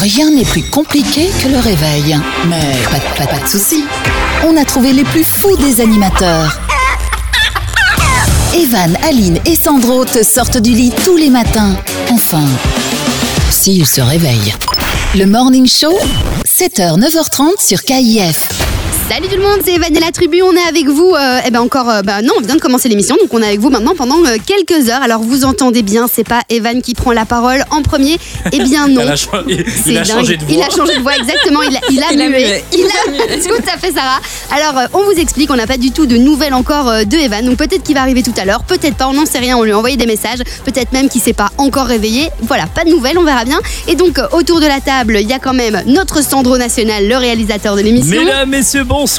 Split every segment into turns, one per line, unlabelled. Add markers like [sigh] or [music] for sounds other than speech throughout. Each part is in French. Rien n'est plus compliqué que le réveil. Mais pas, pas- pas de soucis. On a trouvé les plus fous des animateurs. Evan, Aline et Sandro te sortent du lit tous les matins. Enfin, s'ils se réveillent. Le Morning Show, 7h, 9h30 sur KIF.
Salut tout le monde, c'est Evan de la Tribu. On est avec vous. euh, eh ben encore, euh, bah non, on vient de commencer l'émission, donc on est avec vous maintenant pendant euh, quelques heures. Alors vous entendez bien, c'est pas Evan qui prend la parole en premier. Eh bien non.
Elle a cho- [laughs] il,
C'est
il a
dingue.
changé de voix.
Il a changé de voix, exactement. Il a, il a
Il a
mué. [laughs]
mué.
Il a tout à fait, Sarah. Alors, euh, on vous explique, on n'a pas du tout de nouvelles encore euh, de Evan. Donc, peut-être qu'il va arriver tout à l'heure, peut-être pas, on n'en sait rien. On lui a envoyé des messages, peut-être même qu'il s'est pas encore réveillé. Voilà, pas de nouvelles, on verra bien. Et donc, euh, autour de la table, il y a quand même notre Sandro National, le réalisateur de l'émission.
Mesdames, messieurs, bonsoir
Bonsoir,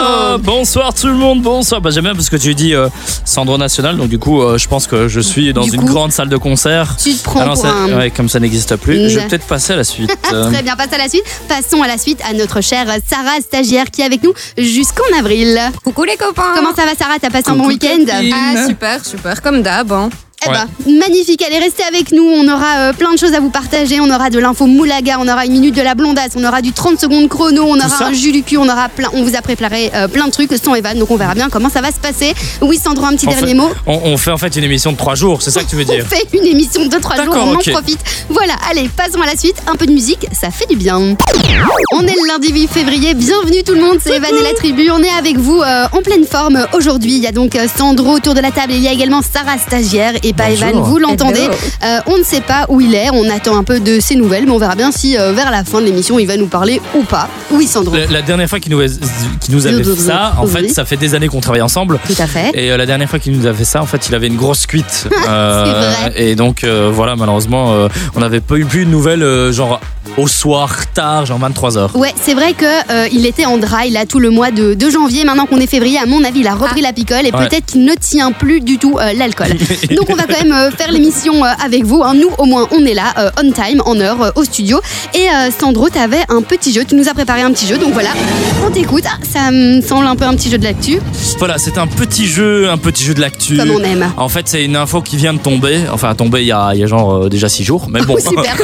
Sandro.
Bonsoir tout le monde, bonsoir Bah, J'aime bien parce que tu dis euh, Sandro National, donc du coup euh, je pense que je suis dans
Du
une
coup,
grande salle de concert.
Tu te prends
Ah non,
pour
ça-
un.
ouais, comme ça n'existe plus,
Une-
je vais peut-être passer à la suite. Euh,
[laughs] Très bien, passe à la suite. Passons à la suite à notre chère Sarah, stagiaire, qui est avec nous jusqu'en avril.
Coucou les copains
Comment ça va, Sarah T'as passé un bon
Coucou,
week-end
copine.
Ah super, super, comme d'hab. hein.
Eh ben, magnifique, allez restez avec nous, on aura euh, plein de choses à vous partager, on aura de l'info moulaga, on aura une minute de la blondasse, on aura du 30 secondes chrono, on aura
ça
un jus du cul, on aura plein, on vous a préparé euh, plein de trucs sans Evan, donc on verra bien comment ça va se passer. Oui Sandro, un petit
on,
dernier
fait,
mot.
on- on fait en fait une émission de trois jours, c'est ça que tu veux
On [laughs]
dire
fait une émission de 3 jours,
D'accord,
on
ok.
en profite. Voilà, allez, passons à la suite, un peu de musique, ça fait du bien. On est le lundi 8 février, bienvenue tout le monde, c'est Evan et la tribu, on est avec vous euh, en pleine forme euh, aujourd'hui. Il y a donc euh, Sandro autour de la table, et il y a également Sarah stagiaire et pas
Bonjour.
Evan, vous l'entendez.
Hello.
Euh, on ne sait pas où il est, on attend un peu de ses nouvelles, mais on verra bien si euh, vers la fin de l'émission il va nous parler ou pas. Oui Sandro,
la, la dernière fois qu'il nous, qu'il nous avait fait ça, en fait
Oui.
ça fait des années qu'on travaille ensemble.
tout à fait.
Et euh, la dernière fois qu'il nous avait fait ça, en fait, il avait une
[laughs]
grosse cuite. Euh,
C'est vrai.
et donc, euh, voilà, malheureusement, euh, on n'avait pas eu plus de nouvelles, euh, genre au soir, tard, genre 23h.
Ouais, c'est vrai que euh, il était en dry là tout le mois de, de janvier. Maintenant qu'on est février, à mon avis, il a repris la picole et
Ah. Ouais.
peut-être qu'il ne tient plus du tout euh,
[laughs]
l'alcool. Donc on va quand même euh, faire l'émission euh, avec vous. hein. Nous, au moins, on est là euh, on time, en heure, euh, au studio. Et euh, Sandro, t'avais un petit jeu. Tu nous as préparé un petit jeu. Donc voilà, on t'écoute. Ah, ça me semble un peu un petit jeu de l'actu,
Voilà, c'est un petit jeu, un petit jeu de l'actu.
comme on aime.
En fait, c'est une info qui vient de tomber. Enfin, tomber il y a, il y a genre [laughs] euh, déjà 6 jours.
[laughs]
Mais bon.
Oh, super.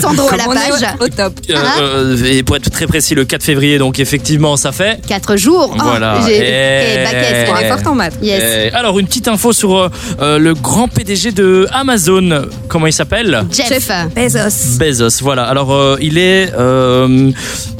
Sandro à la
On est
page.
au top.
Euh, euh, et pour être très précis, le 4 février, donc effectivement, ça fait.
4 jours. Oh,
Voilà.
j'ai-
Eh.
eh, baquet,
On
quoi.
est fort en maths.
Yes.
Euh, alors, une petite info sur euh, euh, le grand PDG de Amazon. Comment il s'appelle
Jeff.
Bezos.
Bezos, voilà. Alors, euh, il est euh,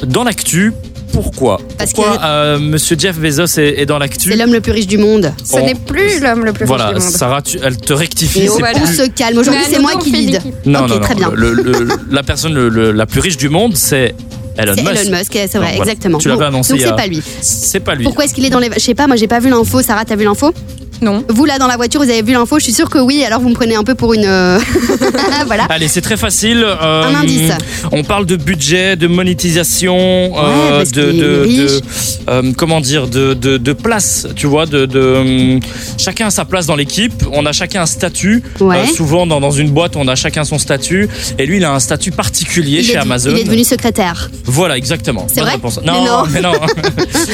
dans l'actu. Pourquoi
Parce
Pourquoi
que-
euh, Monsieur Jeff Bezos est, est dans l'actu
C'est l'homme le plus riche du monde.
Ce
On-
n'est plus l'homme le plus
Voilà,
riche du monde.
Sarah, tu- elle te rectifie.
Et
c'est
on va
plus-
On se calme. Aujourd'hui,
Mais à
c'est
nous
moi
deux, on
qui
fait
lead.
l'équipe.
Non,
Ok,
non, non.
très bien.
Le- le- la personne le- le- la plus riche du monde, c'est Elon
C'est
Musk.
Elon Musk, c'est
Non,
vrai,
voilà.
exactement.
Tu l'avais
Bon,
annoncé hein.
Donc
il y a-
c'est pas lui.
C'est pas lui.
Pourquoi est-ce qu'il est dans les. Je sais pas, moi j'ai pas vu l'info. Sarah, t'as vu l'info
Non.
Vous là dans la voiture, vous avez vu l'info Je suis sûre que oui, alors vous me prenez un peu pour une. euh, [laughs] voilà.
[laughs] Allez, c'est très facile. euh,
Un indice.
On parle de budget, de monétisation, euh,
parce
de,
qu'il est
de- de-
riche.
euh, comment dire, de, de- de place. Tu vois, de, de, hum, chacun a sa place dans l'équipe. On a chacun un statut. Euh,
Ouais.
souvent dans, dans une boîte, on a chacun son statut. Et lui, il a un statut particulier
il,
chez
est,
Amazon.
il est devenu secrétaire.
Voilà, exactement.
C'est
Bonne
vrai
réponse.
Mais non.
Non, mais
[laughs]
non.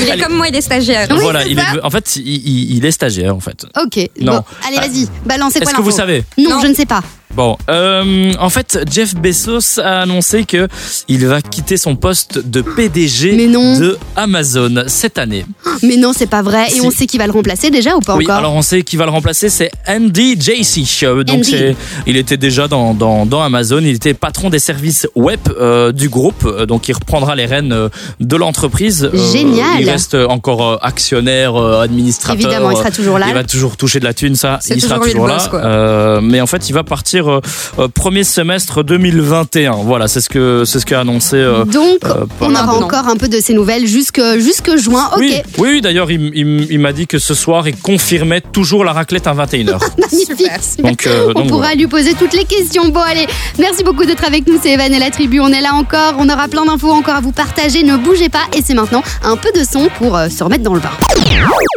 Il est
Allez.
comme moi, il est stagiaire.
Oui,
voilà,
c'est
il
ça.
est, en fait, il, il- il est stagiaire en fait.
Ok.
Non.
Bon, allez,
Euh,
vas-y, balance, c'est quoi
Est-ce que vous
l'info
savez
non,
Non.
je ne sais pas.
Bon, euh, en fait, Jeff Bezos a annoncé que il va quitter son poste de
Mais
PDG
non.
de Amazon cette année.
Mais non, c'est pas vrai. Et
Si.
on sait qui va le remplacer déjà ou pas
oui,
encore
alors on sait qui va le remplacer, c'est Andy Jassy. Euh, Donc
Andy.
c'est- il était déjà dans, dans, dans Amazon, il était patron des services web euh, du groupe, Euh, donc il reprendra les rênes euh, de l'entreprise. Euh,
Génial.
Il reste encore euh, actionnaire, euh, administrateur.
Évidemment, il
euh,
sera toujours là.
Il va toujours toucher de la thune, ça.
C'est
Il sera
toujours lui le
toujours là.
boss, quoi.
Euh, mais en fait, il va partir euh, euh, premier semestre 2021. Voilà, c'est ce que c'est ce qu'a annoncé. euh,
Donc,
euh,
on
Paul.
aura
Non.
encore un peu de ces nouvelles jusque, jusque juin. Ok.
Oui, oui, oui, d'ailleurs, il, m- il m- il m'a dit que ce soir, il confirmait toujours la raclette à 21h.
Ah,
Magnifique.
Super.
donc, euh,
On
donc
pourra lui poser toutes les questions. Bon, allez, merci beaucoup d'être avec nous. C'est Evan et la tribu. On est là encore. On aura plein d'infos encore à vous partager. Ne bougez pas. Et c'est maintenant un peu de son pour euh, se remettre dans le bain.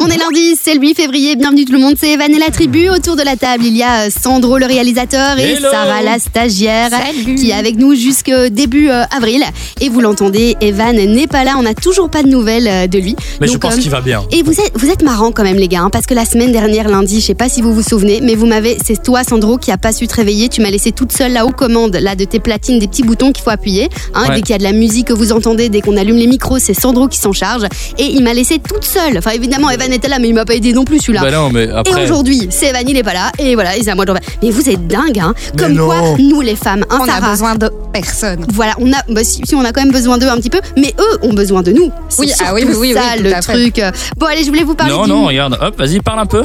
On est lundi, c'est le 8 février. Bienvenue tout le monde. C'est Evan et la tribu. Autour de la table, il y a euh, Sandro, le réalisateur. cofondateur, et
Hello.
Sarah, la stagiaire,
Salut.
qui est avec nous jusqu'au début euh, avril. Et vous l'entendez, Evan n'est pas là, on n'a toujours pas de nouvelles euh, de lui.
Mais je
Donc,
pense
euh,
qu'il va bien.
et vous êtes, vous êtes marrants quand même les gars, hein, parce que la semaine dernière lundi, je sais pas si vous vous souvenez, mais vous m'avez, c'est toi Sandro qui a pas su te réveiller, tu m'as laissé toute seule là aux commandes, là de tes platines, des petits boutons qu'il faut appuyer, hein,
Ouais.
dès qu'il y a de la musique que vous entendez, dès qu'on allume les micros, c'est Sandro qui s'en charge, et il m'a laissé toute seule. Enfin évidemment, Evan était là, mais il m'a pas aidé non plus celui-là.
Bah non, mais
Et
après.
aujourd'hui, c'est Evan, il est pas là, et voilà, et c'est à moi de refaire. Mais vous êtes dingue, hein
Mais
Comme quoi,
non.
nous les femmes, hein,
On a
Sarah,
besoin de personne.
voilà, on a, bah, si, si, on a quand même besoin d'eux un petit peu, mais eux ont besoin de nous. C'est
Oui, ah
surtout
oui, oui, oui,
ça
oui, tout
le
à fait.
truc. Bon, allez, je voulais vous parler
Non,
d'une-
non, regarde, hop, vas-y, parle un
[laughs]
peu.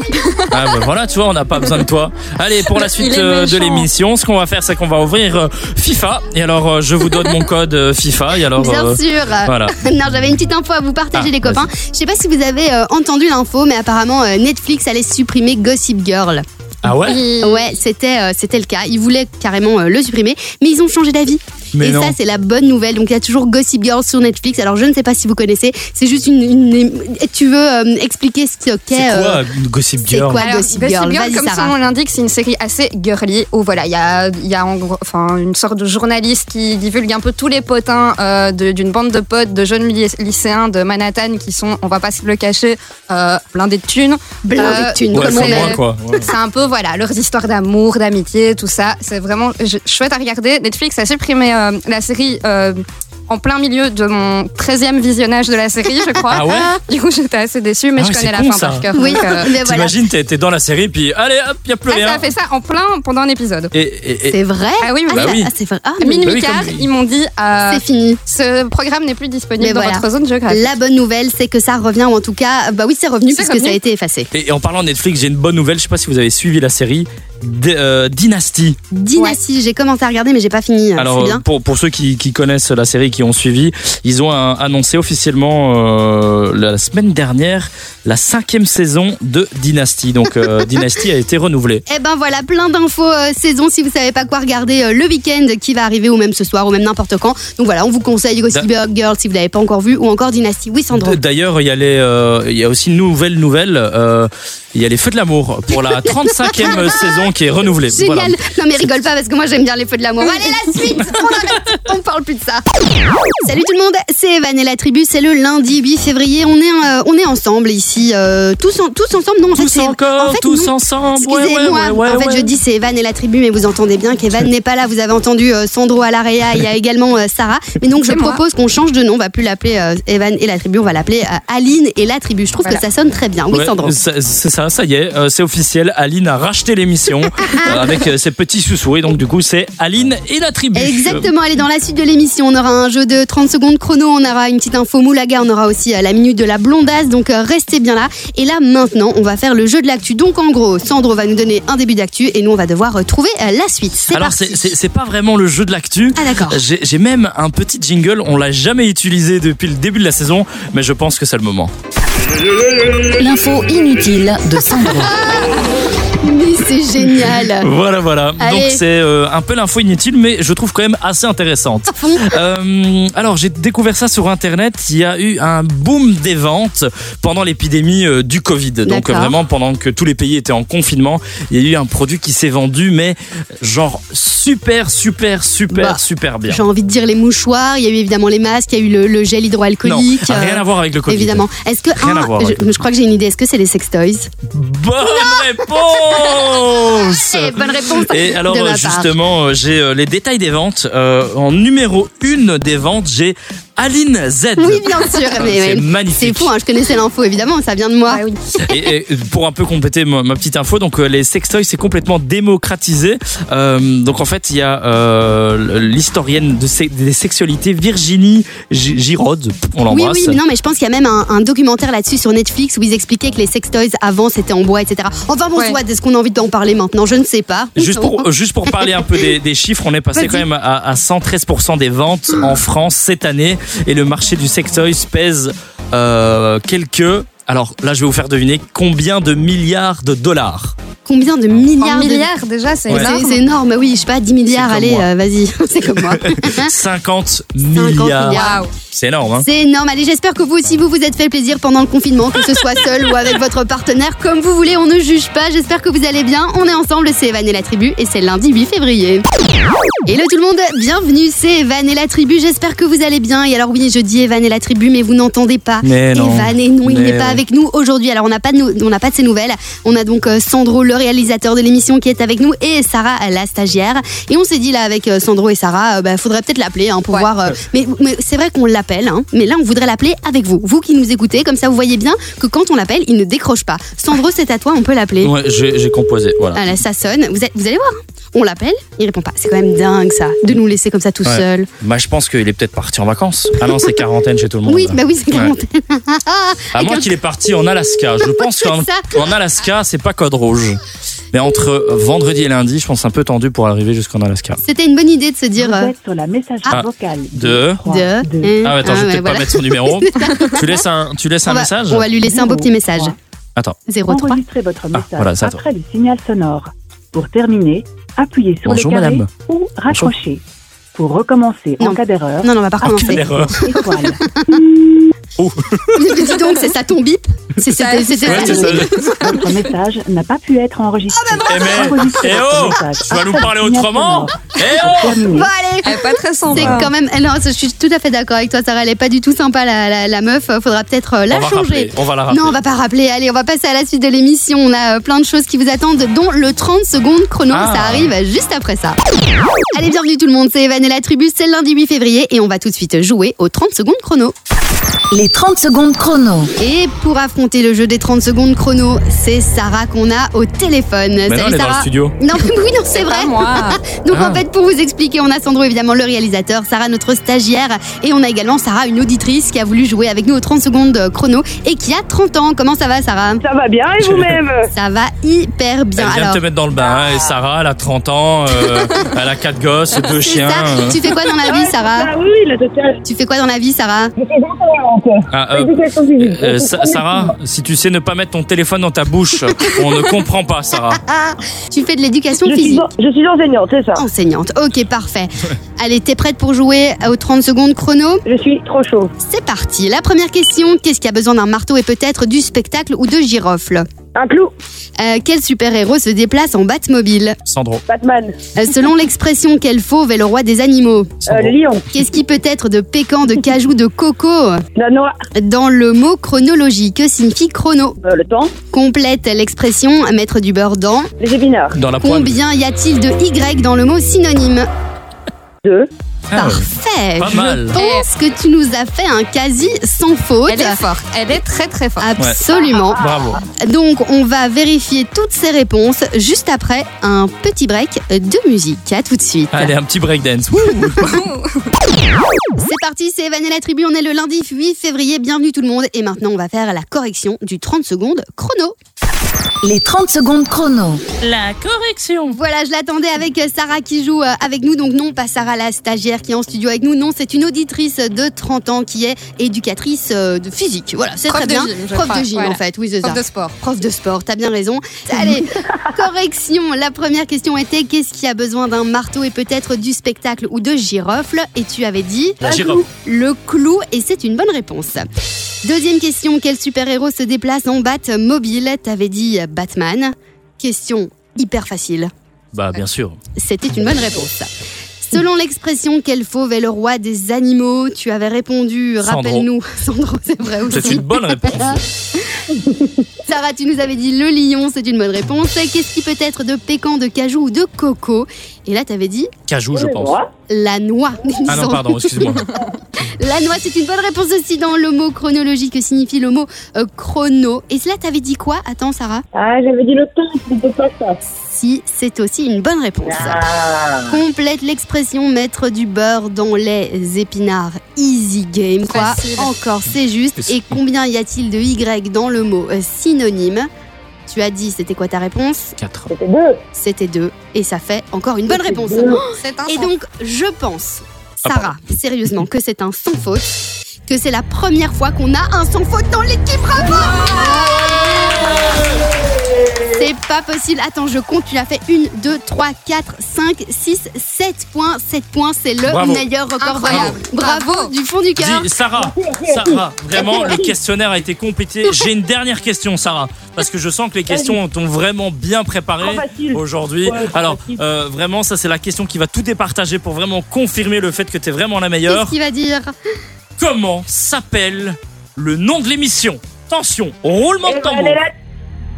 Ah, bah, voilà, tu vois, on n'a pas besoin de toi. Allez, pour la
Il
suite
est
euh, de
méchant.
l'émission, ce qu'on va faire, c'est qu'on va ouvrir euh, FIFA. Et alors, euh, je vous donne mon code euh, FIFA. Et alors,
Bien
euh,
sûr.
[laughs] voilà.
Non, j'avais une petite info à vous partager,
Ah,
les copains. Je sais pas si vous avez euh, entendu l'info, mais apparemment euh, Netflix allait supprimer Gossip Girl.
Ah ouais
Mm.
Ouais, c'était euh, c'était le cas. Ils voulaient carrément euh, le supprimer, mais ils ont changé d'avis.
Mais
Et
non.
ça, c'est la bonne nouvelle. Donc, il y a toujours Gossip Girl sur Netflix. Alors, je ne sais pas si vous connaissez. C'est juste une. une- Tu veux euh, expliquer ce qu'est.
C'est quoi,
euh,
Gossip
c'est
Girl
quoi Gossip Girl Vas-y,
comme
Sarah.
son nom l'indique, c'est une série assez girly où voilà, il y a, il y a en gros- enfin, une sorte de journaliste qui divulgue un peu tous les potins euh, de- d'une bande de potes, de jeunes lyc- lycéens de Manhattan qui sont, on va pas se le cacher, euh, blindés de thunes. Euh,
Blindés de thunes,
Ouais,
comme
enfin,
on
moi,
est.
quoi. Ouais.
C'est un peu voilà leurs histoires d'amour, d'amitié, tout ça. C'est vraiment j- chouette à regarder. Netflix a supprimé euh, la série euh, en plein milieu de mon 13e visionnage de la série, je crois.
Ah ouais
[laughs] du coup, j'étais assez déçue, mais
Ah
je
ouais,
connais la
c'est con,
fin
ça.
par cœur.
Oui,
[laughs] donc, euh,
[laughs] mais voilà.
T'imagines, t'es t'es dans la série, puis allez, hop, il a plus
ah, ça
rien.
a fait ça en plein pendant un épisode.
Et, et- et-
C'est vrai
Ah oui, oui,
Ah,
Bah
ça-
oui.
ah, c'est vrai. Ah,
À
mais
minuit
Bah oui,
quart,
comme-
ils m'ont dit euh,
c'est fini.
ce programme n'est plus disponible
Mais
dans
voilà.
votre zone géographique.
La bonne nouvelle, c'est que ça revient, ou en tout cas, bah oui, c'est revenu
C'est
puisque
revenu.
ça a été effacé.
et en parlant de Netflix, j'ai une bonne nouvelle. Je sais pas si vous avez suivi la série D- euh, Dynasty.
Dynasty, j'ai commencé à regarder, mais j'ai pas fini. euh,
Alors
Ah,
euh,
c'est bien.
pour, pour ceux qui, qui connaissent la série, qui ont suivi, ils ont euh, annoncé officiellement euh, la semaine dernière la cinquième saison de Dynasty. Donc euh, [laughs] Dynasty a été renouvelée.
Eh ben voilà, plein d'infos euh, saison si vous savez pas quoi regarder euh, le week-end qui va arriver ou même ce soir ou même n'importe quand. Donc voilà, on vous conseille Gossip Girl si vous l'avez pas encore vu ou encore Dynasty. Oui, Sandro.
D- D'ailleurs, il y a les, euh, il y a aussi une nouvelle nouvelle. euh, il y a les Feux de l'amour pour
[laughs]
la 35e saison qui est renouvelée.
Génial.
Voilà.
Non mais rigole pas parce que moi j'aime bien les feux de l'amour. Allez la suite, on arrête, on parle plus de ça. Salut tout le monde, c'est Evan et la tribu, c'est le lundi 8 février, on est euh, on est ensemble ici euh, tous en- tous ensemble non en fait,
Tous
c'est-
encore,
en fait,
tous
non.
ensemble. Ouais, ouais,
Excusez-moi,
ouais, ouais,
en fait
ouais.
je dis c'est Evan et la tribu, mais vous entendez bien qu'Evan n'est pas là. Vous avez entendu euh, Sandro à l'AREA, il y a également euh, Sarah. Mais donc je
C'est moi.
propose qu'on change de nom, on va plus l'appeler euh, Evan et la tribu, on va l'appeler euh, Aline et la tribu. Je trouve
Voilà.
que ça sonne très bien. Oui
Ouais, euh,
Sandro.
ça- c'est ça, ça y est, euh, c'est officiel. Aline a
[laughs]
racheté l'émission euh, avec euh, ses petits sous-sous. Et donc, du coup, c'est Aline et la tribu.
Exactement, allez dans la suite de l'émission, on aura un jeu de 30 secondes chrono, on aura une petite info moulaga, on aura aussi euh, la minute de la blondasse, donc euh, restez bien là. Et là maintenant, on va faire le jeu de l'actu. Donc en gros, Sandro va nous donner un début d'actu et nous on va devoir euh, trouver euh, la suite. C'est
Alors,
parti.
c'est- c'est c'est pas vraiment le jeu de l'actu.
Ah d'accord.
J'ai j'ai même un petit jingle, on l'a jamais utilisé depuis le début de la saison, mais je pense que c'est le moment.
L'info inutile de Sandro.
Mais c'est
[laughs]
génial.
Voilà, voilà.
Allez.
Donc c'est euh, un peu l'info inutile, mais je trouve quand même
[laughs]
assez intéressante.
fond.
Euh, alors j'ai découvert ça sur Internet. Il y a eu un boom des ventes pendant l'épidémie euh, du Covid. Donc
D'accord.
vraiment pendant que tous les pays étaient en confinement, il y a eu un produit qui s'est vendu, mais genre super, super, super,
Bah,
super bien.
J'ai envie de dire les mouchoirs, il y a eu évidemment les masques, il y a eu le, le gel
Non,
hydroalcoolique.
rien
euh,
à voir avec le Covid.
Évidemment. Est-ce que
Rien à voir
je,
avec le
je crois que j'ai une idée. Est-ce que c'est les sextoys
Bonne
[laughs]
réponse
Eh, Bonne réponse.
Et alors
de ma part.
justement, euh, j'ai euh, les détails des ventes. Euh, en numéro une des ventes, j'ai Aline Z. Ah,
Oui,
[laughs]
bien sûr. mais
C'est
ouais. C'est
magnifique.
fou. hein, je connaissais l'info évidemment. Ça vient de moi.
Ah oui.
Et, et pour un peu compléter ma, ma petite info, donc euh, les sextoys c'est complètement démocratisé. Euh, donc en fait, il y a euh, l'historienne de se- des sexualités Virginie Gi- Giraud, on
Oui,
l'embrasse.
oui, mais non, mais je pense qu'il y a même un, un documentaire là-dessus sur Netflix où ils expliquaient que les sextoys avant c'était en bois, etc. Enfin bon,
Ouais.
soit est-ce qu'on a envie d'en parler maintenant Je ne sais pas.
Juste pour, juste pour parler un peu des, des chiffres, on est passé
Vas-y.
quand même à, à 113% des ventes en France cette année et le marché du sextoys pèse euh, quelques... Alors là, je vais vous faire deviner combien de milliards de dollars
combien de milliards
Un
de-
milliard déjà, c'est
Ouais.
C'est-
énorme.
C'est énorme, oui, je sais pas, 10 milliards,
comme
allez,
moi.
euh, vas-y, [laughs] c'est comme moi.
50
Eh
milliards.
ben, milliards.
Waouh.
C'est énorme, hein
C'est énorme. Allez, j'espère que vous aussi, vous vous êtes fait plaisir pendant le confinement, que ce soit seul ou avec votre partenaire, comme vous voulez, on ne juge pas. J'espère que vous allez bien. On est ensemble, c'est Evan et la tribu, et c'est lundi 8 février. Hello tout le monde, bienvenue, c'est Evan et la tribu. J'espère que vous allez bien. Et alors, oui, je dis Evan et la tribu, mais vous n'entendez pas.
Mais non.
Evan, et non, il
Mais
n'est pas
ouais.
avec nous aujourd'hui. Alors, on n'a pas, de nou- on n'a pas de ses nouvelles. On a donc euh, Sandro, le réalisateur de l'émission, qui est avec nous, et Sarah, la stagiaire. Et on s'est dit là, avec euh, Sandro et Sarah, euh, bah, faudrait peut-être l'appeler hein, pour
Ouais.
voir. euh, mais mais c'est vrai qu'on l'appelle, hein, mais là, on voudrait l'appeler avec vous. Vous qui nous écoutez, comme ça, vous voyez bien que quand on l'appelle, il ne décroche pas.
[laughs]
Sandro, c'est à toi, on peut l'appeler.
Ouais, j'ai j'ai composé, voilà.
Ah là, ça sonne. Vous, êtes- vous allez voir. hein. On l'appelle, il répond pas. C'est quand même dingue ça, de nous laisser comme ça tout
Ouais.
seul.
Bah, je pense qu'il est peut-être parti en vacances. Ah non, c'est quarantaine chez tout le monde.
Oui, bah oui, c'est [laughs]
Ouais.
commenté.
À moins qu'il est parti en Alaska. Je pense qu'en
[laughs] C'est ça.
qu'en Alaska, c'est pas code rouge. Mais entre vendredi et lundi, je pense un peu tendu pour arriver jusqu'en Alaska.
C'était une bonne idée de se dire.
Vous
euh,
êtes sur la messagerie
Ah.
vocale.
De-
Trois,
de-
deux.
Ah, ouais, attends, je vais
ouais,
peut-être
voilà.
pas mettre
[laughs]
son numéro. tu laisses un, tu laisses un
on va,
message
on va lui laisser un beau petit message.
Attends.
03.
Enregistrez votre message
Ah, voilà, ça, attends.
après le signal sonore. Pour terminer, appuyez sur
Bonjour,
le carré
madame.
ou raccrochez. Pour recommencer
Non.
en cas d'erreur,
Non, non, on va pas
appuyez
recommencer.
Ah, Erreur.
sur étoile.
[laughs] Dis donc, c'est ça ton bip C'est c'était- c'était
Ouais,
ça
[laughs] c'est
ton
ça.
bip
Votre message n'a pas pu être enregistré.
Eh, mais-
Enregistrez
eh
votre
oh,
message
tu vas
après
nous
le
parler
signal
autrement
sonore.
Eh
Pour
oh
terminer,
Bon, allez
Elle est pas très
c'est
sympa.
quand même. Alors, je suis tout à fait d'accord avec toi, Sarah. Elle est pas du tout sympa, la, la, la meuf. Faudra peut-être euh, la
on va
changer.
rappeler, on va la rappeler.
Non, on va pas rappeler. Allez, on va passer à la suite de l'émission. On a euh, plein de choses qui vous attendent, dont le 30 secondes chrono.
Ah.
Ça arrive juste après ça. Allez, bienvenue tout le monde. C'est Evan et la tribu. C'est le lundi 8 février et on va tout de suite jouer aux 30 secondes chrono.
Les 30 secondes chrono.
Et pour affronter le jeu des 30 secondes chrono, c'est Sarah qu'on a au téléphone.
Mais non,
Salut
elle est dans le
Sarah.
studio.
Non, [laughs] mais oui, non, c'est
Pas
vrai.
moi.
[laughs] Donc
Ah.
en fait, pour vous expliquer, on a Sandro évidemment le réalisateur, Sarah notre stagiaire, et on a également Sarah une auditrice qui a voulu jouer avec nous aux 30 secondes euh, chrono et qui a 30 ans. Comment ça va Sarah
Ça va bien et vous-même
Ça va hyper bien.
Elle vient de te mettre dans le bain. hein, et Sarah, elle a 30 ans, euh, elle a 4 gosses, 2
Ah. c'est
chiens.
ça.
euh.
Tu fais quoi dans
[laughs]
la vie Sarah
Ah oui, la totale.
Tu fais quoi dans la vie Sarah
Ah, euh, euh, Sa- Sarah, si tu sais ne pas mettre ton téléphone dans ta bouche, on ne comprend pas, Sarah.
Ah, Tu fais de l'éducation
Je suis,
physique.
en- je suis enseignante, c'est ça.
Enseignante. Ok, parfait. Allez, t'es prête pour jouer aux 30 secondes chrono
Je suis trop chaud.
C'est parti. La première question, qu'est-ce qui a besoin d'un marteau et peut-être du spectacle ou de girofle
Un clou,
Euh, Quel super-héros se déplace en Batmobile
Sandro.
Batman,
Euh,
[laughs]
Selon l'expression quel fauve est le roi des animaux
euh, le
Sandro.
lion,
Qu'est-ce qui peut être de pécan, de cajou, de coco
la noix,
Dans le mot chronologie, que signifie chrono
euh, le temps,
Complète l'expression mettre du beurre dans.
les épinards.
Dans la poêle.
Combien y a-t-il de Y dans le mot synonyme
Deux,
hein.
Ah, ouais.
Parfait
Pas
Je
mal.
pense que tu nous as fait un quasi sans faute.
Elle est forte. Elle est très très forte.
Absolument.
Bravo.
Ah.
Donc, on va vérifier toutes ces réponses juste après un petit break de musique. À tout de suite.
Allez, un petit breakdance. Wouh.
Ah.
[laughs]
C'est parti, c'est Evan et la tribu. On est le lundi 8 février. Bienvenue tout le monde. Et maintenant, on va faire la correction du 30 secondes chrono.
Les 30 secondes chrono.
La correction.
Voilà, je l'attendais avec Sarah qui joue euh, avec nous. Donc, non, pas Sarah, la stagiaire qui est en studio avec nous. Non, c'est une auditrice de 30 ans qui est éducatrice euh, de physique. Voilà, c'est
Prof
très
de
bien.
gym, je
Prof
crois.
de gym,
Voilà.
en fait. Oui, c'est ça.
Prof de sport.
Prof de sport, t'as bien raison. Allez, correction. La première question était qu'est-ce qui a besoin d'un marteau et peut-être du spectacle ou de girofle Et tu avais dit
La girope.
le clou, et c'est une bonne réponse. Deuxième question quel super-héros se déplace en Batmobile T'avais dit Batman. Question hyper facile.
Bah, bien sûr.
C'était une bonne réponse. Selon l'expression quel fauve est le roi des animaux, tu avais répondu,
Sandro.
rappelle-nous, [laughs] Sandro, c'est vrai aussi.
C'est une bonne réponse.
Sarah, tu nous avais dit le lion, c'est une bonne réponse. Qu'est-ce qui peut être de pécan, de cajou ou de coco Et là, t'avais dit
Cajou, je
les
pense.
noix,
la noix. [laughs]
Ah non, pardon, excuse-moi.
La noix, c'est une bonne réponse aussi dans le mot chronologie que signifie le mot euh, chrono. Et là, t'avais dit quoi Attends, Sarah.
Ah, j'avais dit le temps, je ne peux pas ça.
Si, c'est aussi une bonne réponse.
Ah,
Complète l'expression mettre du beurre dans les épinards. Easy game, quoi.
Facile.
Encore, c'est juste. Et combien y a-t-il de Y dans le mot euh, synonyme Tu as dit, c'était quoi ta réponse
4.
c'était deux.
C'était deux. Et ça fait encore une bonne
C'était
réponse.
deux.
C'est un
Et
sang.
donc, je pense,
Ah,
Sarah, sérieusement, que c'est un sans faute, que c'est la première fois qu'on a un sans faute dans l'équipe. Bravo C'est pas possible. Attends, je compte. Tu l'as fait 1, 2, 3, 4, 5, 6, 7 points. 7 points, c'est le
Bravo.
meilleur record
Incroyable.
royal. Bravo,
Bravo.
du fond du cœur.
Dis, Sarah, Sarah, vraiment, le questionnaire a été complété. J'ai une dernière question, Sarah, parce que je sens que les questions t'ont vraiment bien préparé
Trop Oh, facile.
aujourd'hui.
Ouais, trop
Alors,
facile.
euh, vraiment, ça, c'est la question qui va tout départager pour vraiment confirmer le fait que t'es vraiment la
Qu'est-ce
meilleure.
qu'il va dire
Comment s'appelle le nom de l'émission Attention, roulement de tambour.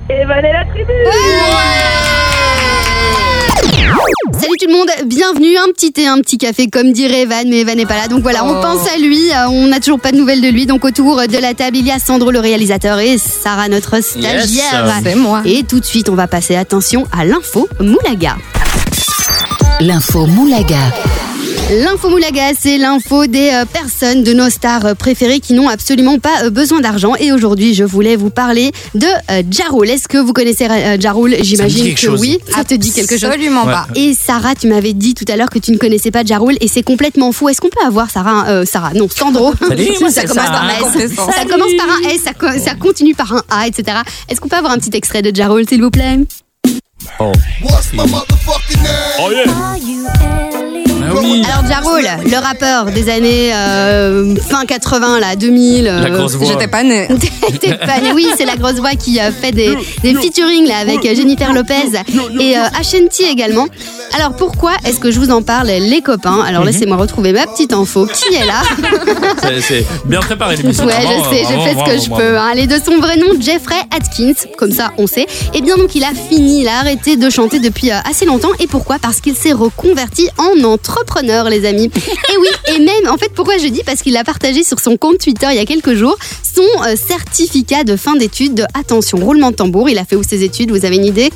Evan et la tribu
Salut tout le monde, bienvenue, un petit thé, un petit café comme dirait Evan, mais Evan n'est pas là, donc voilà, on
Oh.
pense à lui, euh, on n'a toujours pas de nouvelles de lui, donc autour de la table il y a Sandro le réalisateur et Sarah notre stagiaire.
C'est moi.
Et tout de suite on va passer attention à l'info Moulaga.
L'info Moulaga.
L'info Moulaga, c'est l'info des euh, personnes, de nos stars euh, préférées qui n'ont absolument pas euh, besoin d'argent. Et aujourd'hui, je voulais vous parler de euh, Ja Rule. Est-ce que vous connaissez euh, Ja Rule J'imagine
quelque
que
chose.
oui. Ça te dit quelque chose
Absolument
Ouais.
pas.
Et Sarah, tu m'avais dit tout à l'heure que tu ne connaissais pas Ja Rule et c'est complètement fou. Est-ce qu'on peut avoir Sarah, un- euh, Sarah, non, Sandro
[laughs] Salut, moi,
Ça
c'est
commence
Sarah.
par un S.
Complètement.
Ça commence par un S, ça, co- ça continue par un A, etc. Est-ce qu'on peut avoir un petit extrait de Ja Rule, s'il vous plaît
Oh yeah Ah oui.
Alors Ja Rule, le rappeur des années euh, fin 80, là, 2000. euh,
La grosse voix.
J'étais pas née.
[laughs] T'es pas né. Oui, c'est la grosse voix qui euh, fait des, des featuring là, avec euh, Jennifer Lopez et euh, Ashanti également. Alors pourquoi est-ce que je vous en parle, les copains Alors
Mhm.
laissez-moi retrouver ma petite info. Qui est là
C'est- C'est bien préparé l'émission.
Ouais, je
Bravo,
sais, j'ai
bravo,
fait ce que
bravo,
je
bravo.
peux. hein. Les deux son vrai nom, Jeffrey Atkins, comme ça on sait. Et bien donc il a fini, il a arrêté de chanter depuis euh, assez longtemps. Et pourquoi Parce qu'il s'est reconverti en entrepreneur, les
[laughs]
amis. et oui, et même, en fait, pourquoi je dis Parce qu'il a partagé sur son compte Twitter il y a quelques jours son euh, certificat de fin d'études de attention, roulement de tambour. Il a fait où ses études Vous avez une idée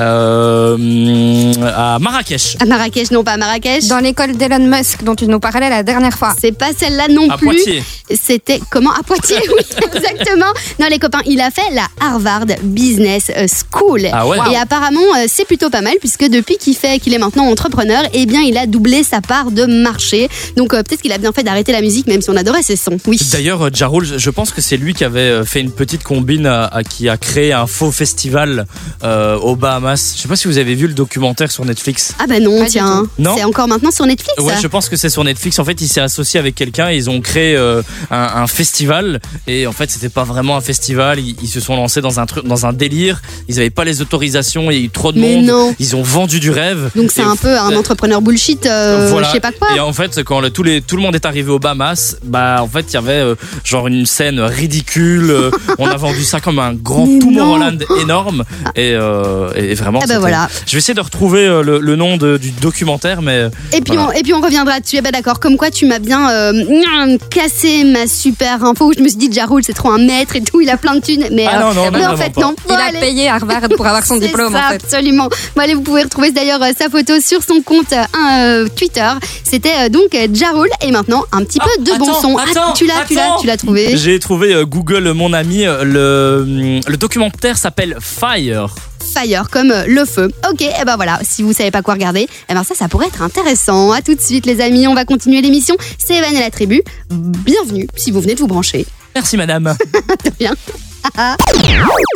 Euh, hum, à Marrakech.
À Marrakech, non pas à Marrakech.
Dans l'école d'Elon Musk dont tu nous parlais la dernière fois.
C'est pas celle-là non
À
plus.
Poitiers.
C'était comment à Poitiers,
[laughs]
oui, exactement. Non, les copains, il a fait la Harvard Business euh, School.
Ah ouais
Et apparemment, euh, c'est plutôt pas mal puisque depuis qu'il fait qu'il est maintenant entrepreneur, eh bien, il a doublé sa part de marché. Donc euh, peut-être qu'il a bien fait d'arrêter la musique, même si on adorait ses sons. Oui.
D'ailleurs, euh, Ja Rule, je- je pense que c'est lui qui avait euh, fait une petite combine à- à- qui a créé un faux festival euh, aux Bahamas. Je sais pas si vous avez vu le documentaire sur Netflix.
Ah bah non,
Pas du
tiens.
tout. Non
C'est encore maintenant sur Netflix.
Ouais,
ça.
je pense que c'est sur Netflix. En fait, il s'est associé avec quelqu'un et ils ont créé euh, un, un festival. Et en fait, c'était pas vraiment un festival. Ils, ils se sont lancés dans un truc, dans un délire. Ils avaient pas les autorisations. Il y a eu trop de
Mais
monde.
non.
Ils ont vendu du rêve.
Donc c'est
Et
un peu un
euh,
entrepreneur bullshit, euh,
Voilà.
je sais pas quoi.
Et en fait, quand le, tout, les, tout le monde est arrivé aux Bahamas, bah en fait, il y avait euh, genre une scène ridicule. euh, on a vendu ça comme un grand
Mais non.
Tomorrowland énorme. Et, euh, et vraiment,
Ah bah
c'était-
voilà.
je vais essayer de retrouver euh, le, le nom de- du documentaire, mais
Et puis,
Voilà.
on, et puis on reviendra dessus. Eh ben d'accord, comme quoi tu m'as bien euh, [clears throat] gnan, cassé ma super info où je me suis dit, Jaroul, c'est trop un maître et tout, il a plein de thunes. Mais,
Ah
euh,
non,
mais
non, non,
en
vraiment
fait,
pas.
non.
Il
Bon,
a
allez,
payé Harvard pour avoir son
c'est
diplôme
ça,
en fait.
Absolument. Bon, allez, vous pouvez retrouver d'ailleurs euh, sa photo sur son compte euh, euh, Twitter. C'était euh, donc euh, Jaroul et maintenant un petit
Ah,
peu de bon
attends,
son. Ah,
attends,
tu l'as, tu l'as,
attends.
tu l'as trouvé.
j'ai trouvé euh, Google, mon ami. euh, Le, le documentaire s'appelle Fire.
Fire comme euh, le feu. Ok, et ben voilà, si vous savez pas quoi regarder, eh ben ça, ça pourrait être intéressant. À tout de suite les amis, on va continuer l'émission. C'est Evan et la tribu. Bienvenue si vous venez de vous brancher. [laughs]
Merci, madame.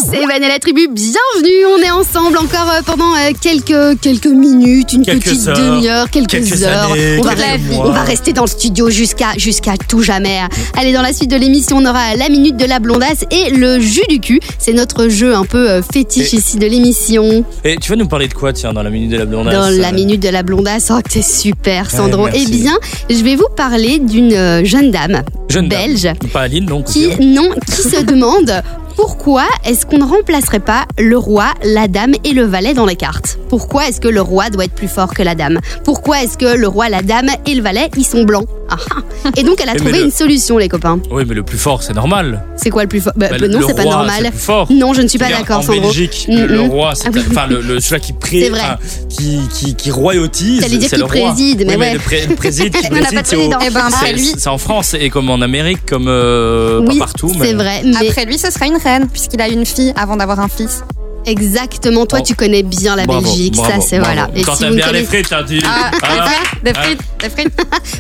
C'est Evan et la tribu, bienvenue, on est ensemble encore euh, pendant euh, quelques, quelques minutes, une
Quelques
petite
heures,
demi-heure, quelques,
quelques
heures.
années,
on, va,
quelques
rester-
mois.
on va rester dans le studio jusqu'à jusqu'à tout jamais. Allez, dans la suite de l'émission, on aura la minute de la blondasse et le jus du cul. C'est notre jeu un peu euh, fétiche
Et-
ici de l'émission.
Et tu vas nous parler de quoi, tiens, dans la minute de la blondasse
Dans la
euh,
minute de la blondasse, oh que c'est super Sandro.
Ouais,
eh
merci.
bien, je vais vous parler d'une euh, jeune dame
Jeune dame.
belge
Pas Aline, donc. hein.
qui, non, qui
[laughs]
se demande pourquoi est-ce qu'on ne remplacerait pas le roi, la dame et le valet dans les cartes Pourquoi est-ce que le roi doit être plus fort que la dame Pourquoi est-ce que le roi, la dame et le valet, ils sont blancs Ah, ah. Et donc elle a
Eh, Mais
trouvé
le-
une solution, les copains.
Oui, mais le plus fort, c'est normal.
C'est quoi le plus fort Bah,
Bah,
bah,
le-
Non,
le
c'est pas
roi,
normal.
c'est plus fort.
Non, je ne suis pas
C'est-à-dire,
d'accord,
En
Sandro.
Belgique,
Mm,
le
mm.
roi, c'est
Ah oui.
enfin le, le- celui qui
C'est
pré,
vrai.
enfin, qui, qui, qui royotise,
T'allais dire
c'est
qui
le roi.
préside, mais
Oui,
ouais.
le, pré- le
[laughs]
préside, qui
On n'a pas de
préside, c'est au-
président. Ah,
Eh ben
c'est-
après lui,
c'est en France et comme en Amérique, comme euh,
oui,
pas partout. mais-
c'est vrai. Mais
après lui, ce sera une reine puisqu'il a une fille avant d'avoir un fils.
exactement, toi,
Bon.
tu connais bien la
Bravo,
Belgique,
bravo,
ça c'est
bravo.
voilà.
Quand
si
t'aimes
vous
bien
connaissez-
les frites, t'as dit.
Ah,
Ah,
des frites,
Catherine.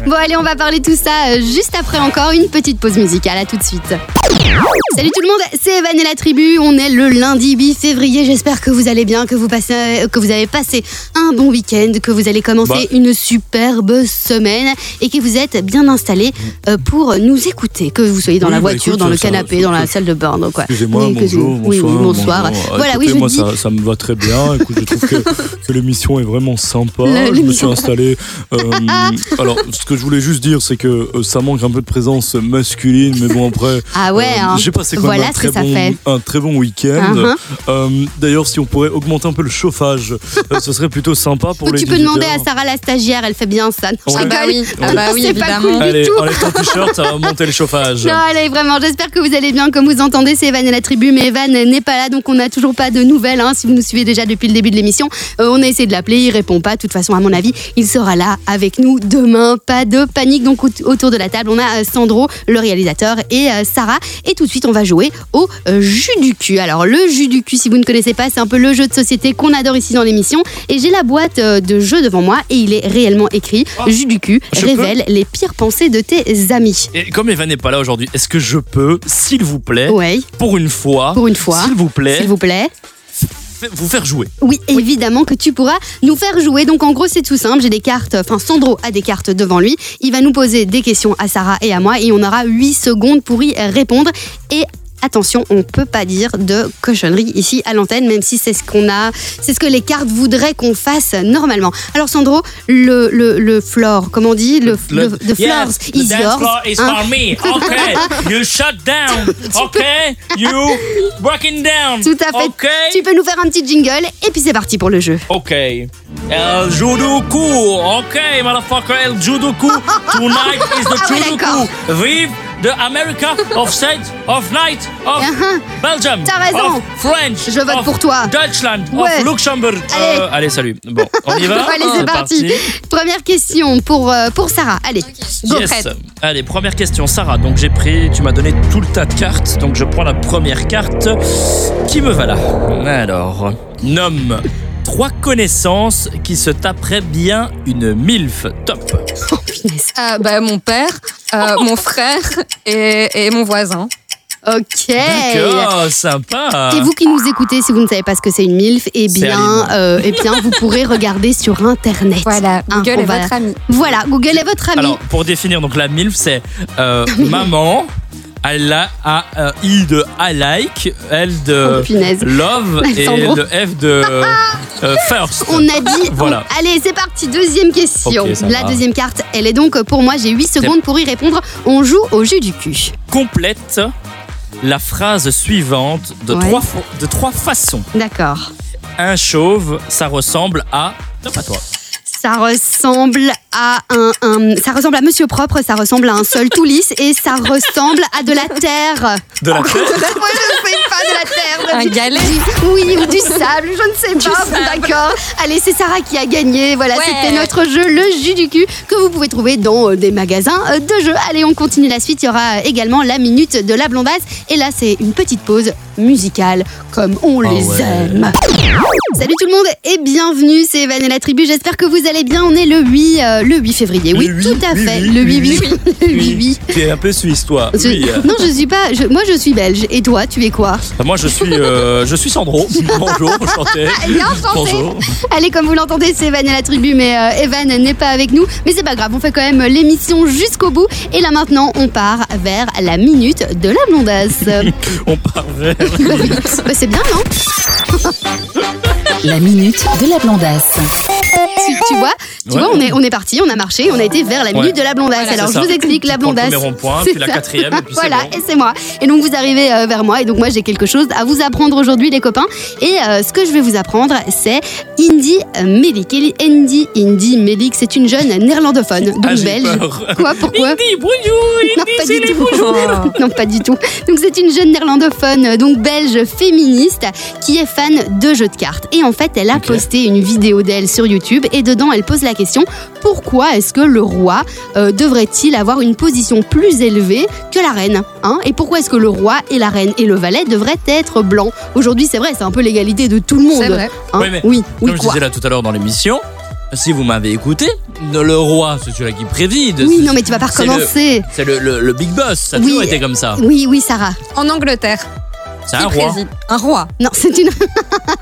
bon, allez, on va parler tout ça euh, juste après encore une petite pause musicale. À tout de suite. Salut tout le monde, c'est Evan et la tribu. On est le lundi 8 février. J'espère que vous allez bien, que vous, passez, euh, que vous avez passé un bon week-end, que vous allez commencer
Bah.
une superbe semaine et que vous êtes bien installés euh, pour nous écouter. Que vous soyez dans
Oui,
la
bah,
voiture,
écoute,
dans le
ça-
canapé,
ça-
dans la
ça-
salle de bain. Donc, ouais.
Excusez-moi,
Oui, que-
bonjour,
oui,
bonsoir.
oui, bonsoir.
bonjour.
Voilà,
Écoutez,
oui, je
moi,
dis-
ça, ça me va très bien. Écoute, je trouve que, que l'émission est vraiment sympa.
Le-
je me suis
l'émission.
installé. euh, alors, ce que je voulais juste dire, c'est que euh, ça manque un peu de présence masculine, mais bon, après.
Ah
euh,
ouais, hein.
je sais pas, c'est quand même
Voilà
un
ce
très,
que ça
bon,
fait.
un très bon week-end.
Uh-huh.
Euh, D'ailleurs, si on pourrait augmenter un peu le chauffage,
[laughs]
euh, ce serait plutôt sympa pour
Ou
les
tu peux demander à
auditeurs.
Sarah la stagiaire, elle fait bien ça.
Ouais.
Ah bah oui, ah bah oui
C'est pas
évidemment.
cool.
Allez,
tout.
enlève ton t-shirt, ça va monter le chauffage.
[laughs] Non, allez, vraiment, j'espère que vous allez bien. Comme vous entendez, c'est Evan et la tribu, mais Evan n'est pas là, donc on n'a toujours pas de nouvelles. hein. si vous nous suivez déjà depuis le début de l'émission, euh, on a essayé de l'appeler, il répond pas. De toute façon, à mon avis, il sera là avec nous demain. Pas de panique. Donc, au- autour de la table, on a euh, Sandro, le réalisateur, et euh, Sarah. Et tout de suite, on va jouer au euh, jus du cul. Alors, le jus du cul, si vous ne connaissez pas, c'est un peu le jeu de société qu'on adore ici dans l'émission. Et j'ai la boîte euh, de jeu devant moi, et il est réellement écrit Jus du cul
Ah. je peux
révèle les pires pensées de tes amis.
Et comme Evan n'est pas là aujourd'hui, est-ce que je peux, s'il vous plaît,
Ouais.
pour une fois,
Pour une fois.
s'il vous plaît,
S'il vous plaît.
fa- vous faire jouer
Oui, évidemment que tu pourras nous faire jouer. Donc en gros, c'est tout simple. J'ai des cartes, enfin Sandro a des cartes devant lui. Il va nous poser des questions à Sarah et à moi et on aura 8 secondes pour y répondre. Et attention, on ne peut pas dire de cochonnerie ici à l'antenne, même si c'est ce qu'on a, c'est ce que les cartes voudraient qu'on fasse normalement. Alors Sandro, le, le, le floor, comment on dit Le, le, the floor
Yes, the
is
dance
yours.
floor is
hein.
for me.
[laughs]
Ok, you shut down. Ok, you working down.
Tout à fait.
Ok,
Tu peux nous faire un petit jingle et puis c'est parti pour le jeu.
ok. El judoku. Ok, motherfucker, el judoku. Tonight is
Ah ouais,
the
[laughs] d'accord.
judoku. Vive the America of state, of night, of
Uh-huh.
Belgium.
T'as raison.
Of French.
Je vote
of
pour toi.
Deutschland,
Ouais.
of Luxembourg.
Allez.
Euh, allez, salut. Bon, on y va.
[laughs] Allez, c'est parti. Première question pour, euh, pour Sarah. Allez, go [laughs]
Yes.
Fred.
Allez, première question, Sarah. Donc j'ai pris, tu m'as donné tout le tas de cartes. Donc je prends la première carte qui me va là. Alors, nomme trois connaissances qui se taperaient bien une milf. Top.
Oh, Punaise.
Ah, bah, mon père, euh, mon frère et, et mon voisin.
Ok.
D'accord, sympa.
Et vous qui nous écoutez, si vous ne savez pas ce que c'est une MILF, eh
C'est
bien,
Aline.
euh, eh bien vous
[laughs]
pourrez regarder sur Internet.
Voilà,
Hein,
Ah, Google
on
est
va-
votre ami.
Voilà, Google est votre ami.
Alors pour définir, donc la milf c'est
[laughs]
euh, maman. Elle a, a- euh, I de I like, L de
Oh, punaise. [laughs]
love et
Sandro.
de F
[laughs]
de euh, first.
On a dit.
Voilà.
on- [laughs] Allez, c'est parti, deuxième question.
Ok, ça
La
va.
deuxième carte, elle est donc pour moi. J'ai 8 secondes pour y répondre. On joue au jeu du cul.
complète la phrase suivante de,
Ouais.
trois, fo- de trois façons.
D'accord.
Un chauve, ça ressemble à. Top à toi.
Ça ressemble à un, un- Ça ressemble à Monsieur Propre, ça ressemble à un sol tout lisse et ça ressemble à de la terre.
De la
Moi,
tête.
je ne sais pas de la terre.
Un
Du-
galet.
du- Oui, ou du sable, je ne sais pas. Bon, D'accord. Allez, c'est Sarah qui a gagné. Voilà,
Ouais.
c'était notre jeu, le jus du cul, que vous pouvez trouver dans euh, des magasins euh, de jeux. Allez, on continue la suite. Il y aura euh, également la minute de la blondasse. Et là, c'est une petite pause musicale, comme on
Ah
les
ouais.
aime. Salut tout le monde et bienvenue, c'est Evan et la tribu. J'espère que vous allez bien. On est le 8, euh, le 8 février. Oui,
Le 8,
tout à
oui,
fait.
oui,
le 8,
oui,
[laughs] oui. Le 8, oui.
Tu es un peu suisse, toi.
Je-
Oui,
[laughs]
euh,
non, je suis pas. je- moi, je suis belge. Et toi, tu es quoi
Moi, je suis, euh, je suis
[laughs]
Sandro. Bonjour, enchanté.
Bien chanté.
Bonjour.
Allez, comme vous l'entendez, c'est Evan à la tribu, mais euh, Evan n'est pas avec nous. Mais c'est pas grave, on fait quand même l'émission jusqu'au bout. Et là maintenant, on part vers la minute de la
[laughs]
blondasse. Bah,
On part
[laughs]
vers.
c'est bien, non
La minute de la blondasse.
tu, tu vois, tu
Ouais.
vois, on est, on est parti, on a marché, on a été vers la minute
Ouais.
de la blondasse.
Voilà,
Alors
c'est
je
ça.
vous explique la
Tu prends le
blondasse.
premier rond-point,
c'est
puis la
ça.
quatrième, et puis c'est
voilà,
bon.
et c'est moi. Et donc vous arrivez euh, vers moi, et donc moi j'ai quelque chose à vous apprendre aujourd'hui, les copains. Et euh, ce que je vais vous apprendre, c'est Indy Melik. Eli- Indy, Indy Melik, c'est une jeune néerlandophone, donc
Ah, j'ai
belge.
peur.
Quoi, pourquoi
Indy, bonjour.
Non,
Indy,
pas
c'est
du
les
tout.
bonjours.
[laughs] non, pas du tout. Donc c'est une jeune néerlandophone, euh, donc belge féministe, qui est fan de jeux de cartes. Et en fait, elle a
Ok.
posté une vidéo d'elle sur YouTube et dedans, elle pose la question pourquoi est-ce que le roi euh, devrait-il avoir une position plus élevée que la reine hein Et pourquoi est-ce que le roi et la reine et le valet devraient être blancs Aujourd'hui, c'est vrai, c'est un peu l'égalité de tout le monde.
C'est vrai.
hein.
Ouais, mais
oui, oui,
Comme je
quoi
disais là tout à l'heure dans l'émission, si vous m'avez écouté, le roi, c'est celui-là qui préside.
Oui,
C'est-
non, mais tu vas pas
c'est le-
recommencer.
C'est le, le- le big boss, ça a
Oui.
toujours été comme ça.
Oui, oui, Sarah.
En Angleterre,
C'est
qui
un roi.
préside Un roi.
Non, c'est une. [laughs]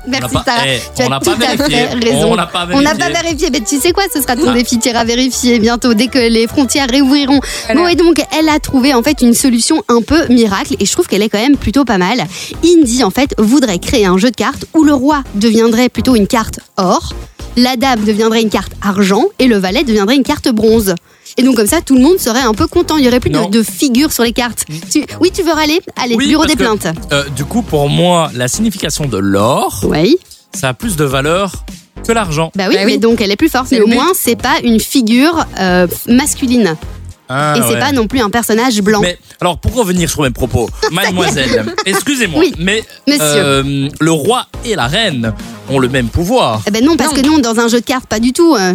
On n'a
Merci,
pas,
Sarah.
eh,
Tu
on
as
n'a
tout
pas
à
vérifié.
fait raison.
On n'a pas
On
vérifié.
n'a pas vérifié, mais tu sais quoi, ce sera ton
Ah.
défi, tu iras vérifier bientôt, dès que les frontières réouvriront.
Voilà.
Bon, et donc, elle a trouvé en fait une solution un peu miracle, et je trouve qu'elle est quand même plutôt pas mal. Indy, en fait, voudrait créer un jeu de cartes où le roi deviendrait plutôt une carte or, la dame deviendrait une carte argent, et le valet deviendrait une carte bronze. Et donc comme ça, tout le monde serait un peu content. Il y aurait plus de,
Non.
de figures sur les cartes. Tu- oui, tu veux râler Allez,
Oui,
bureau
parce
des
que-
plaintes.
Euh, du coup, pour moi, la signification de l'or,
Oui.
ça a plus de valeur que l'argent.
Bah oui,
Bah
mais
oui.
donc elle est plus forte.
C'est
Mais au
le but.
moins, c'est pas une figure euh, masculine.
Ah,
et c'est
ouais.
pas non plus un personnage blanc.
Mais alors, pour revenir sur
[laughs]
mes propos, mademoiselle, excusez-moi,
Oui,
mais
monsieur.
euh, le roi et la reine ont le même pouvoir.
Eh ben non, parce
Non.
que non, dans un jeu de cartes, pas du tout. euh.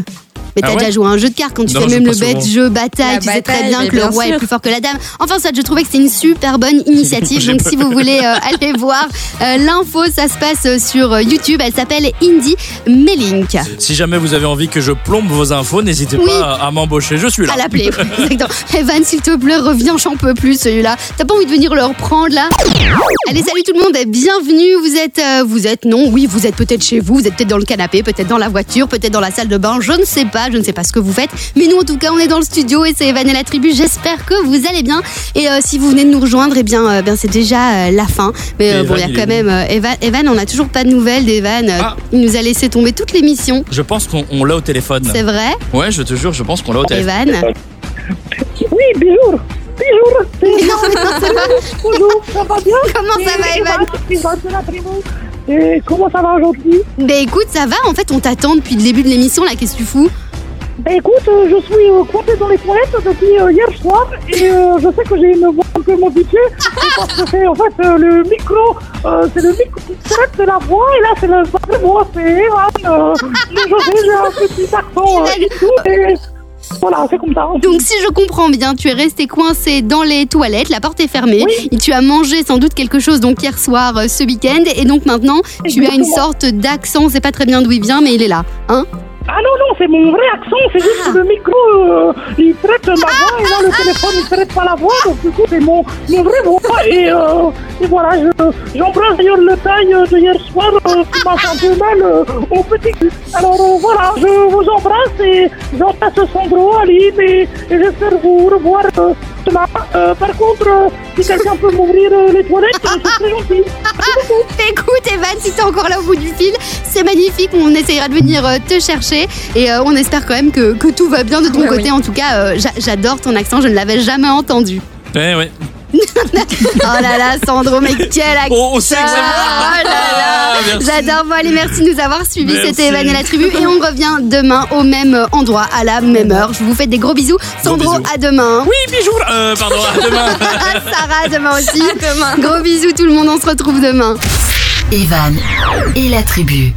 Mais
Ah
t'as
ouais
déjà joué à un jeu de cartes quand tu
Non,
fais
je
même le
joue pas
bête
souvent.
jeu bataille,
La
tu sais très
bataille,
bien
mais
que le
bien
roi est
sûr.
plus fort que la dame. Enfin ça, je trouvais que c'était une super
[laughs]
bonne initiative.
J'ai
donc
pas-
si vous voulez euh, aller voir euh, l'info, ça se passe euh, sur euh, YouTube. Elle s'appelle Indie Melink.
Si jamais vous avez envie que je plombe vos infos, n'hésitez
Oui.
pas à à m'embaucher, je suis là.
À l'appeler. [laughs] Exactement. Evan, s'il te plaît, reviens, j'en peux plus celui-là. T'as pas envie de venir le reprendre là Allez, salut tout le monde, et bienvenue. Vous êtes, euh, vous êtes, non, oui, vous êtes peut-être chez vous, vous êtes peut-être dans le canapé, peut-être dans la voiture, peut-être dans la salle de bain, je ne sais pas, je ne sais pas ce que vous faites. Mais nous, en tout cas, on est dans le studio et c'est Evan et la tribu. J'espère que vous allez bien. Et euh, si vous venez de nous rejoindre, eh bien, euh, bien c'est déjà euh, la fin. Mais
Et
euh, bon,
Evan,
il y a
il
quand
est
même euh, Evan, Evan, on n'a toujours pas de nouvelles d'Evan. Euh,
Ah.
Il nous a laissé tomber toute l'émission.
Je pense qu'on on l'a au téléphone.
C'est vrai, Eh
Ouais, je te jure, je pense qu'on l'a au téléphone.
Evan
Oui, bonjour. Bonjour.
Mais non, mais non, c'est pas- [laughs]
Bonjour. Ça va bien
Comment ça va, Evan
Et comment ça va aujourd'hui
Ben écoute, ça va, en fait, on t'attend depuis le début de l'émission, là, qu'est-ce que tu fous
Ben écoute, euh, je suis euh, coincée dans les toilettes depuis euh, hier soir et euh, je sais que j'ai une voix un peu modifiée. C'est parce que c'est en fait euh, le micro, euh, c'est le micro qui traite de la voix et là c'est le pas de moi, c'est Evan. Euh, mais je sais, j'ai un petit accent euh, et tout et voilà, c'est comme ça.
Donc, si je comprends bien, tu es resté coincé dans les toilettes, la porte est fermée, et tu as mangé sans doute quelque chose, donc hier soir, euh, ce week-end, et donc maintenant, tu as une
Exactement.
sorte d'accent, c'est pas très bien d'où il vient, mais il est là. Hein
Ah non, non, c'est mon vrai accent, c'est juste que le micro, euh, il traite ma voix et là, le téléphone, il traite pas la voix, donc du coup, c'est mon, mon vrai voix. Et, euh, et voilà, je- j'embrasse d'ailleurs le taille euh, de hier soir euh, qui m'a fait un peu mal euh, au petit cul. Alors euh, voilà, je vous embrasse et j'embrasse Sandro, Aline et, et j'espère vous revoir euh, demain. Euh, par contre, euh, si quelqu'un peut m'ouvrir euh, les toilettes, euh, c'est très gentil.
Écoute, Evan, si t'es encore là au bout du fil, c'est magnifique. On essayera de venir euh, te chercher et euh, on espère quand même que, que tout va bien de ton
Ouais,
côté. En tout cas, euh, j'a- j'adore ton accent, je ne l'avais jamais entendu.
Eh ouais.
Oh là là, Sandro, mais quel accent
Oh, on sait que c'est moi.
Ah, oh là
[laughs] Ah, merci.
J'adore. Bon, allez, merci de nous avoir suivis.
Merci.
C'était Evan et la tribu. Et on revient demain au même endroit, à la même heure. Je vous fais des gros bisous. Sandro,
bisous.
à demain.
Oui, bijou. Euh, pardon, à demain.
[laughs] Sarah, à demain aussi.
Demain.
Gros bisous tout le monde, on se retrouve demain.
Evan et la tribu.